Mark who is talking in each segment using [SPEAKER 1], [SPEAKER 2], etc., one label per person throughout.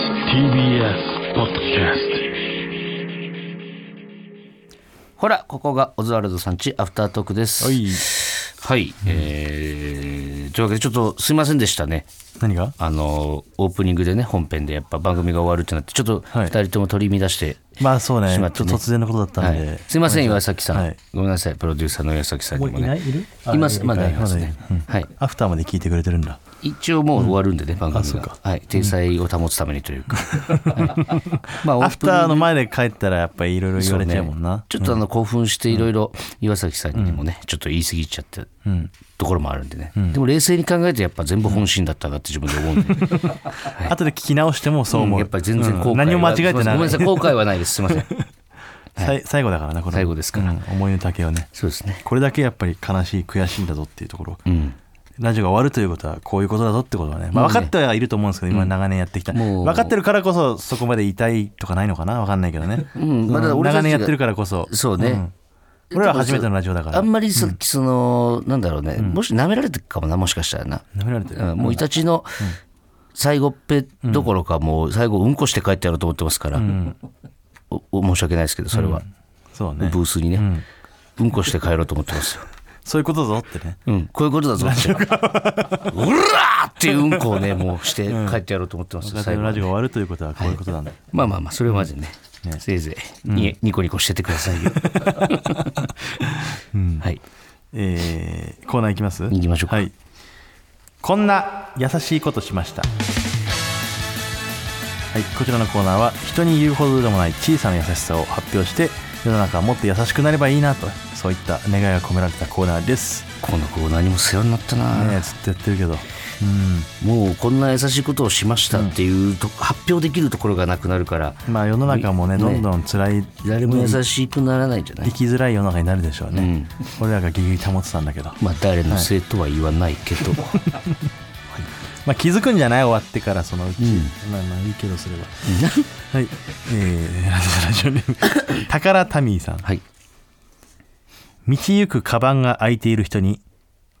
[SPEAKER 1] TBS ポッドキャス
[SPEAKER 2] ほら、ここがオズワルドさんちアフタートークです。
[SPEAKER 1] トはい
[SPEAKER 2] はい。えー、というわけで、ちょっとすいませんでしたね。
[SPEAKER 1] 何が
[SPEAKER 2] あの、オープニングでね、本編でやっぱ番組が終わるってなって、ちょっと
[SPEAKER 1] はい
[SPEAKER 2] 二人とも取り乱して、
[SPEAKER 1] まあそうね
[SPEAKER 2] し
[SPEAKER 1] ちょ
[SPEAKER 2] まっ
[SPEAKER 1] ってと
[SPEAKER 2] ね
[SPEAKER 1] 突然のことだったんで、
[SPEAKER 2] はいすいません、岩崎さん、
[SPEAKER 1] はい
[SPEAKER 2] ごめんなさい、プロデューサーの岩崎さんにも
[SPEAKER 1] もう
[SPEAKER 2] ね。
[SPEAKER 1] いないいるあ
[SPEAKER 2] います、
[SPEAKER 1] いる
[SPEAKER 2] まだいますね。
[SPEAKER 1] まだいる
[SPEAKER 2] はい。
[SPEAKER 1] アフターまで聞いてくれてるんだ
[SPEAKER 2] 一応もう終わるんでね、番
[SPEAKER 1] あそ
[SPEAKER 2] 組
[SPEAKER 1] う
[SPEAKER 2] が
[SPEAKER 1] か。
[SPEAKER 2] はい。体裁を保つために というか。はいまあ、オ
[SPEAKER 1] ア
[SPEAKER 2] ー
[SPEAKER 1] フ
[SPEAKER 2] プニン
[SPEAKER 1] ター
[SPEAKER 2] グ
[SPEAKER 1] の前で帰ったらやっぱりいろいろ言われちゃうもんな、
[SPEAKER 2] ちょっとあの興奮していろいろ岩崎さんにもね、ちょっと言い過ぎちゃったところもあるんでね、でも冷静に考えてやっぱ全部本心だったなって自分で思うんで、
[SPEAKER 1] 後で聞き直してもそう思う、
[SPEAKER 2] やっぱり全然後悔は、
[SPEAKER 1] うん何も間違えて
[SPEAKER 2] すま
[SPEAKER 1] な
[SPEAKER 2] せ
[SPEAKER 1] い
[SPEAKER 2] んごめんなさい後悔はない ですすいません
[SPEAKER 1] さい最後だからなこの
[SPEAKER 2] 最後ですから
[SPEAKER 1] うん思いの丈をね
[SPEAKER 2] そうですね
[SPEAKER 1] これだけやっぱり悲しい悔しいんだぞっていうところ、
[SPEAKER 2] うん
[SPEAKER 1] ラジオが終わるということはこういうことだぞってことはね、まあ、
[SPEAKER 2] もう
[SPEAKER 1] 分
[SPEAKER 2] ね
[SPEAKER 1] かってはいると思うんですけど、今長年やってきた、
[SPEAKER 2] もう
[SPEAKER 1] 分かってるからこそそこまで痛いとかないのかな分かんないけどね、
[SPEAKER 2] んまだ
[SPEAKER 1] その
[SPEAKER 2] 俺
[SPEAKER 1] 長
[SPEAKER 2] たちが
[SPEAKER 1] 年やってるからこそ
[SPEAKER 2] そうね
[SPEAKER 1] ん俺らは初めてのラジオだか
[SPEAKER 2] あ
[SPEAKER 1] ら
[SPEAKER 2] んまりさっきその、なんだろうね、もし舐められてるかもなもしかしたらな、
[SPEAKER 1] 舐められてる、
[SPEAKER 2] うんもうイタチの最後っぺどころかもう最後うんこして帰ってやろうと思ってますから、おお申し訳ないですけどそれは、
[SPEAKER 1] そうね
[SPEAKER 2] ブースにね、うん、こして帰ろうと思ってますよ
[SPEAKER 1] そういうことだぞってね
[SPEAKER 2] うん、こういうこと だぞって。うらーっていううんこをね、もうして帰ってやろうと思ってます、
[SPEAKER 1] 若手
[SPEAKER 2] 最
[SPEAKER 1] の
[SPEAKER 2] 後
[SPEAKER 1] ラジオが終わるということはこういうことなんだ、
[SPEAKER 2] まあまあまあ、それまでね、せいぜい、にニコニコしててくださ いよ。 はい。
[SPEAKER 1] えーコーナーいきます
[SPEAKER 2] 行きましょうか
[SPEAKER 1] はい、こんな優しいことしましたはい、こちらのコーナーは人に言うほどでもない小さな優しさを発表して世の中はもっと優しくなればいいなとそういった願いが込められたコーナーです
[SPEAKER 2] この子何も世話になったな、
[SPEAKER 1] ねえずっとやってるけど
[SPEAKER 2] もうこんな優しいことをしましたっていうと、発表できるところがなくなるから、
[SPEAKER 1] うんまあ世の中もねどんどん辛い
[SPEAKER 2] 誰も優しくならないんじゃない
[SPEAKER 1] 生きづらい世の中になるでしょうね、俺らがギリギリ保ってたんだけど、
[SPEAKER 2] まあ、誰のせいとは言わないけど。
[SPEAKER 1] まあ、気づくんじゃない終わってからそのうち、まあまあいいけどそれは はい、えー、ラジオネーム 宝タミーさん
[SPEAKER 2] はい。
[SPEAKER 1] 道行くカバンが開いている人に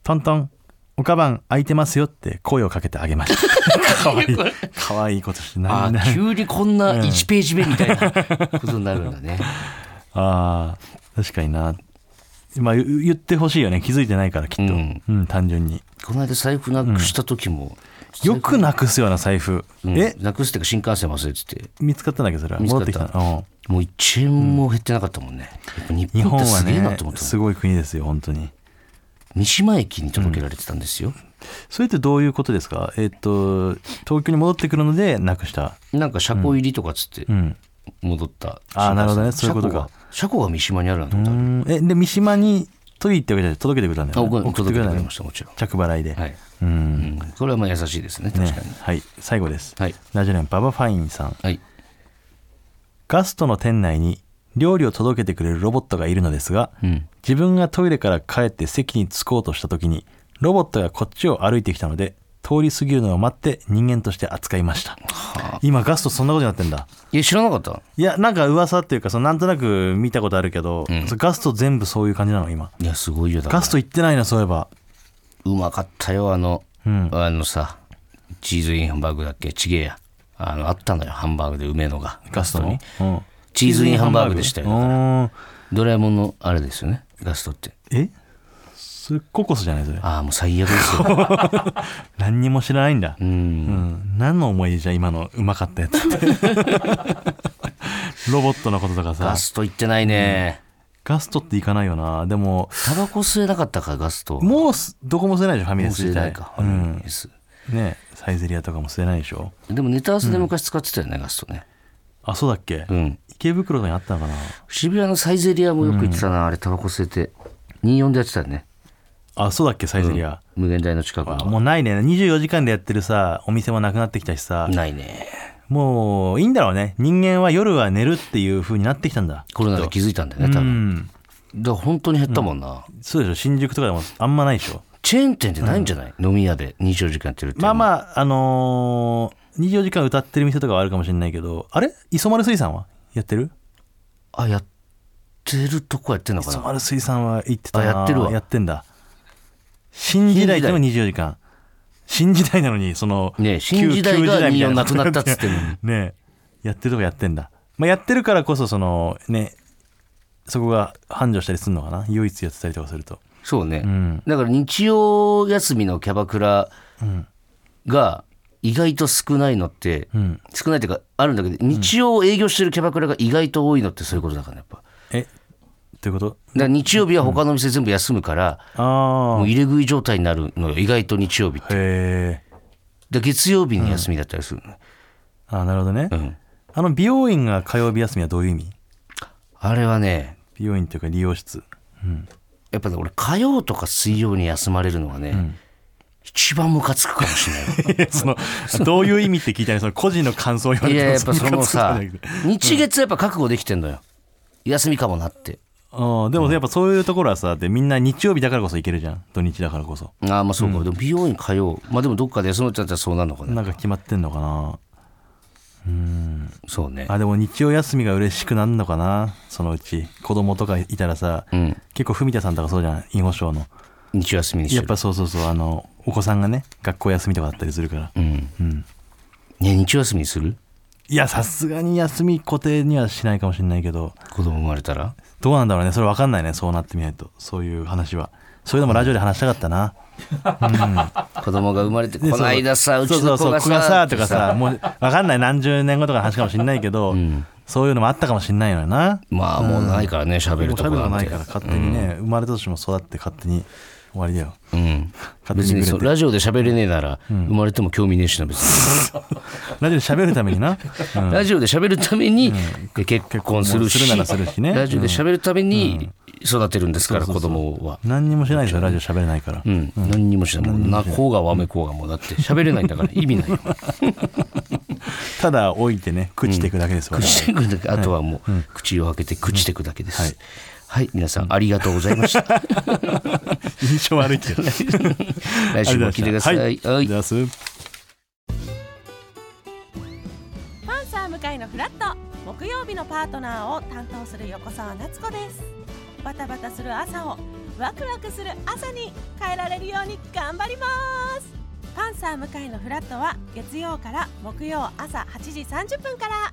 [SPEAKER 1] トントンおカバン開いてますよって声をかけてあげましたかわい いかわいいことして な
[SPEAKER 2] あ
[SPEAKER 1] いな
[SPEAKER 2] あ、急にこんな1ページ目みたい なことになるんだね。
[SPEAKER 1] あー確かになまあ言言ってほしいよね気づいてないからきっと、う
[SPEAKER 2] うんん
[SPEAKER 1] 単純に
[SPEAKER 2] この間財布なくした時も、
[SPEAKER 1] よくなくすような財布、
[SPEAKER 2] うん
[SPEAKER 1] え
[SPEAKER 2] なくすっていうか新幹線忘れてて
[SPEAKER 1] 見つかったんだっけどそれは
[SPEAKER 2] 見つ
[SPEAKER 1] 戻っ
[SPEAKER 2] かってた
[SPEAKER 1] きたの、
[SPEAKER 2] もう1円も減ってなかったもんね、やっ
[SPEAKER 1] う
[SPEAKER 2] ぱ
[SPEAKER 1] ん、
[SPEAKER 2] 日
[SPEAKER 1] 日
[SPEAKER 2] 本
[SPEAKER 1] 本
[SPEAKER 2] って
[SPEAKER 1] は
[SPEAKER 2] すげえな
[SPEAKER 1] ね
[SPEAKER 2] と思ったもん
[SPEAKER 1] すごい国ですよ本当に
[SPEAKER 2] 三島駅に届けられてたんですよ、
[SPEAKER 1] それってどういうことですかえっと東京に戻ってくるのでなくした
[SPEAKER 2] なんか車庫入りとかっつって
[SPEAKER 1] うん
[SPEAKER 2] 戻った、
[SPEAKER 1] あーなるほどねそうい
[SPEAKER 2] 車
[SPEAKER 1] うこ
[SPEAKER 2] 庫
[SPEAKER 1] と
[SPEAKER 2] が
[SPEAKER 1] か
[SPEAKER 2] 車庫が三島にあるなんてことある、
[SPEAKER 1] うんえで三島に取り行ってわけじゃない届けてくれたんだ
[SPEAKER 2] あ
[SPEAKER 1] よ、
[SPEAKER 2] 僕
[SPEAKER 1] ね、
[SPEAKER 2] は
[SPEAKER 1] 送ってく
[SPEAKER 2] 届け
[SPEAKER 1] れ
[SPEAKER 2] て
[SPEAKER 1] たん
[SPEAKER 2] くれ
[SPEAKER 1] だ
[SPEAKER 2] ま
[SPEAKER 1] よ
[SPEAKER 2] したもちろん
[SPEAKER 1] 着払いで、
[SPEAKER 2] はい、
[SPEAKER 1] う
[SPEAKER 2] うんん、これはまあ優しいですね確
[SPEAKER 1] ね
[SPEAKER 2] かに、
[SPEAKER 1] はい最後です
[SPEAKER 2] はい
[SPEAKER 1] ラジオネームババファインさん
[SPEAKER 2] はい
[SPEAKER 1] ガストの店内に料理を届けてくれるロボットがいるのですが、
[SPEAKER 2] うん
[SPEAKER 1] 自分がトイレから帰って席に着こうとした時にロボットがこっちを歩いてきたので通り過ぎるのを待って人間として扱いました今ガストそんなことになってんだ
[SPEAKER 2] いや知らなかった
[SPEAKER 1] いやなんか噂っていうかそのなんとなく見たことあるけど、
[SPEAKER 2] ん
[SPEAKER 1] それガスト全部そういう感じなの今
[SPEAKER 2] いやすごいよだから
[SPEAKER 1] ガスト行ってないなそういえば
[SPEAKER 2] うまかったよあの、
[SPEAKER 1] うん
[SPEAKER 2] あのさチーズインハンバーグだっけちげえやあのあったのよハンバーグで梅のが
[SPEAKER 1] ガストの
[SPEAKER 2] に、チーズインハンバーグでしたよだから
[SPEAKER 1] よ
[SPEAKER 2] ドラえもんのあれですよねガストって
[SPEAKER 1] えそれココスじゃないそれ
[SPEAKER 2] ああもう最悪 ですよ
[SPEAKER 1] 何にも知らないんだ、
[SPEAKER 2] う
[SPEAKER 1] うんん、何の思い出じゃ今のうまかったやつって ロボットのこととかさ
[SPEAKER 2] ガスト行ってないね
[SPEAKER 1] ガストって行かないよなでも
[SPEAKER 2] タバコ吸えなかったかガストも
[SPEAKER 1] もうすどこも吸えないでしょファ
[SPEAKER 2] う
[SPEAKER 1] ミレス
[SPEAKER 2] 吸え
[SPEAKER 1] 自
[SPEAKER 2] な
[SPEAKER 1] 体
[SPEAKER 2] いか、
[SPEAKER 1] うん、
[SPEAKER 2] です
[SPEAKER 1] ねサイゼリアとかも吸えないでしょ
[SPEAKER 2] でもネタ合わせで昔使ってたよね、ガストね
[SPEAKER 1] あそうだっけ、
[SPEAKER 2] うん
[SPEAKER 1] 池袋とかにあったのかな
[SPEAKER 2] 渋谷のサイゼリアもよく行ってたな、あれタバコ吸えて24でやってたよね
[SPEAKER 1] あそうだっけサイゼリア、
[SPEAKER 2] 無限大の近くの
[SPEAKER 1] もうないね24時間でやってるさお店もなくなってきたしさ
[SPEAKER 2] ないね
[SPEAKER 1] もういいんだろうね人間は夜は寝るっていう風になってきたんだ
[SPEAKER 2] コロナで気づいたんだよね多
[SPEAKER 1] う
[SPEAKER 2] 分、
[SPEAKER 1] ん
[SPEAKER 2] だから本当に減ったもんな、
[SPEAKER 1] そうでしょ新宿とかでもあんまないでしょ
[SPEAKER 2] チェーン店ってないんじゃない、飲み屋で24時間やってるって
[SPEAKER 1] まあ
[SPEAKER 2] あ
[SPEAKER 1] まああのー、24時間歌ってる店とかはあるかもしれないけどあれ磯丸水産はやってる
[SPEAKER 2] あやってるとこやってんのか
[SPEAKER 1] 磯
[SPEAKER 2] な
[SPEAKER 1] 丸水産は行ってたな
[SPEAKER 2] あやってるわ
[SPEAKER 1] やってんだ新時代でも24時間新時代なのにその
[SPEAKER 2] ね新時代
[SPEAKER 1] 旧旧
[SPEAKER 2] が
[SPEAKER 1] みたい
[SPEAKER 2] 24なくなったっつってんのに
[SPEAKER 1] ねやってるとこやってんだ、まあ、やってるからこそそのねそこが繁盛したりするのかな唯一やってたりとかすると
[SPEAKER 2] そうね、
[SPEAKER 1] ん
[SPEAKER 2] だから日曜休みのキャバクラが意外と少ないのって、
[SPEAKER 1] ん
[SPEAKER 2] 少ないっていうかあるんだけど日曜営業してるキャバクラが意外と多いのってそういうことだからねやっぱだか
[SPEAKER 1] えということ
[SPEAKER 2] ら日曜日は他の店全部休むから、
[SPEAKER 1] あ
[SPEAKER 2] も
[SPEAKER 1] あ
[SPEAKER 2] う入れ食い状態になるのよ意外と日曜日って
[SPEAKER 1] へえ
[SPEAKER 2] で月曜日に休みだったりするのね、
[SPEAKER 1] あなるほどね、
[SPEAKER 2] うん
[SPEAKER 1] あの美容院が火曜日休みはどういう意味
[SPEAKER 2] あれはね
[SPEAKER 1] 美容院というか理容室
[SPEAKER 2] やっぱね俺火曜とか水曜に休まれるのがね、一番ムカつくかもしれない
[SPEAKER 1] いやそのどういう意味って聞いたらその個人の感想を言われ
[SPEAKER 2] い
[SPEAKER 1] て
[SPEAKER 2] や
[SPEAKER 1] も
[SPEAKER 2] やっぱそのさ
[SPEAKER 1] ムカつくじゃなくて
[SPEAKER 2] 日月はやっぱ覚悟できてんのよ休みかもなって
[SPEAKER 1] ああでもやっぱそういうところはさでみんな日曜日だからこそ行けるじゃん土日だからこそ
[SPEAKER 2] ああまあそうか、でも美容院通うまあでもどっかで休むってなったらそうなるのかな
[SPEAKER 1] なんか決まってんのかな
[SPEAKER 2] そうね
[SPEAKER 1] あでも日曜休みが嬉しくなるのかなそのうち子供とかいたらさ、
[SPEAKER 2] うん
[SPEAKER 1] 結構文田さんとかそうじゃん囲碁将の
[SPEAKER 2] 日休みにし
[SPEAKER 1] や
[SPEAKER 2] て
[SPEAKER 1] っ
[SPEAKER 2] る
[SPEAKER 1] ぱそうそうそうあのお子さんがね学校休みとかだったりするから
[SPEAKER 2] うん
[SPEAKER 1] うん
[SPEAKER 2] ね日休みにする
[SPEAKER 1] いやさすがに休み固定にはしないかもしれないけど
[SPEAKER 2] 子供生まれたら
[SPEAKER 1] どうなんだろうねそれ分かんないねそうなってみないとそういう話はそれでもラジオで話したかったな、
[SPEAKER 2] 子供が生まれてこ
[SPEAKER 1] で
[SPEAKER 2] の間さうち
[SPEAKER 1] そう
[SPEAKER 2] の子
[SPEAKER 1] そ
[SPEAKER 2] が
[SPEAKER 1] うそう子がさ
[SPEAKER 2] さ
[SPEAKER 1] とかさもう分かんない何十年後とかの話かもしれないけど、そういうのもあったかもしれないのよな
[SPEAKER 2] まあもうないからね喋るとこ
[SPEAKER 1] もう食べる
[SPEAKER 2] なん
[SPEAKER 1] ない
[SPEAKER 2] て
[SPEAKER 1] から勝手にね、生まれた年も育って勝手に終わりだよ
[SPEAKER 2] うん
[SPEAKER 1] 勝
[SPEAKER 2] 別
[SPEAKER 1] 手にく
[SPEAKER 2] にそ
[SPEAKER 1] れ
[SPEAKER 2] う
[SPEAKER 1] て
[SPEAKER 2] ラジオで喋れねえなら生まれても興味ねえしな別に、
[SPEAKER 1] ラジオで喋るためにな、うん
[SPEAKER 2] ラジオで喋るためにで結婚するし
[SPEAKER 1] 結婚もするならするしね
[SPEAKER 2] ラジオで喋るために育てるんですから子供は
[SPEAKER 1] 何にもしないですよラジオ喋れないから、
[SPEAKER 2] うん、何にもしないもう泣こうがわめこうがもうだって喋れないんだから意味ないよ
[SPEAKER 1] ただ置いてね朽ちていくだけです、我々
[SPEAKER 2] 口してくだ けあとはもう口を開けて口してくだけです、はい、皆さ んありがとうございました
[SPEAKER 1] 印象悪い けどね
[SPEAKER 2] 来週も聞いてください、
[SPEAKER 1] ありがとうござましたはいありがとうございます
[SPEAKER 3] パンサー向井のフラット木曜日のパートナーを担当する横澤夏子ですバタバタする朝をワクワクする朝に変えられるように頑張りますパンサー向井のフラットは月曜から木曜朝8時30分から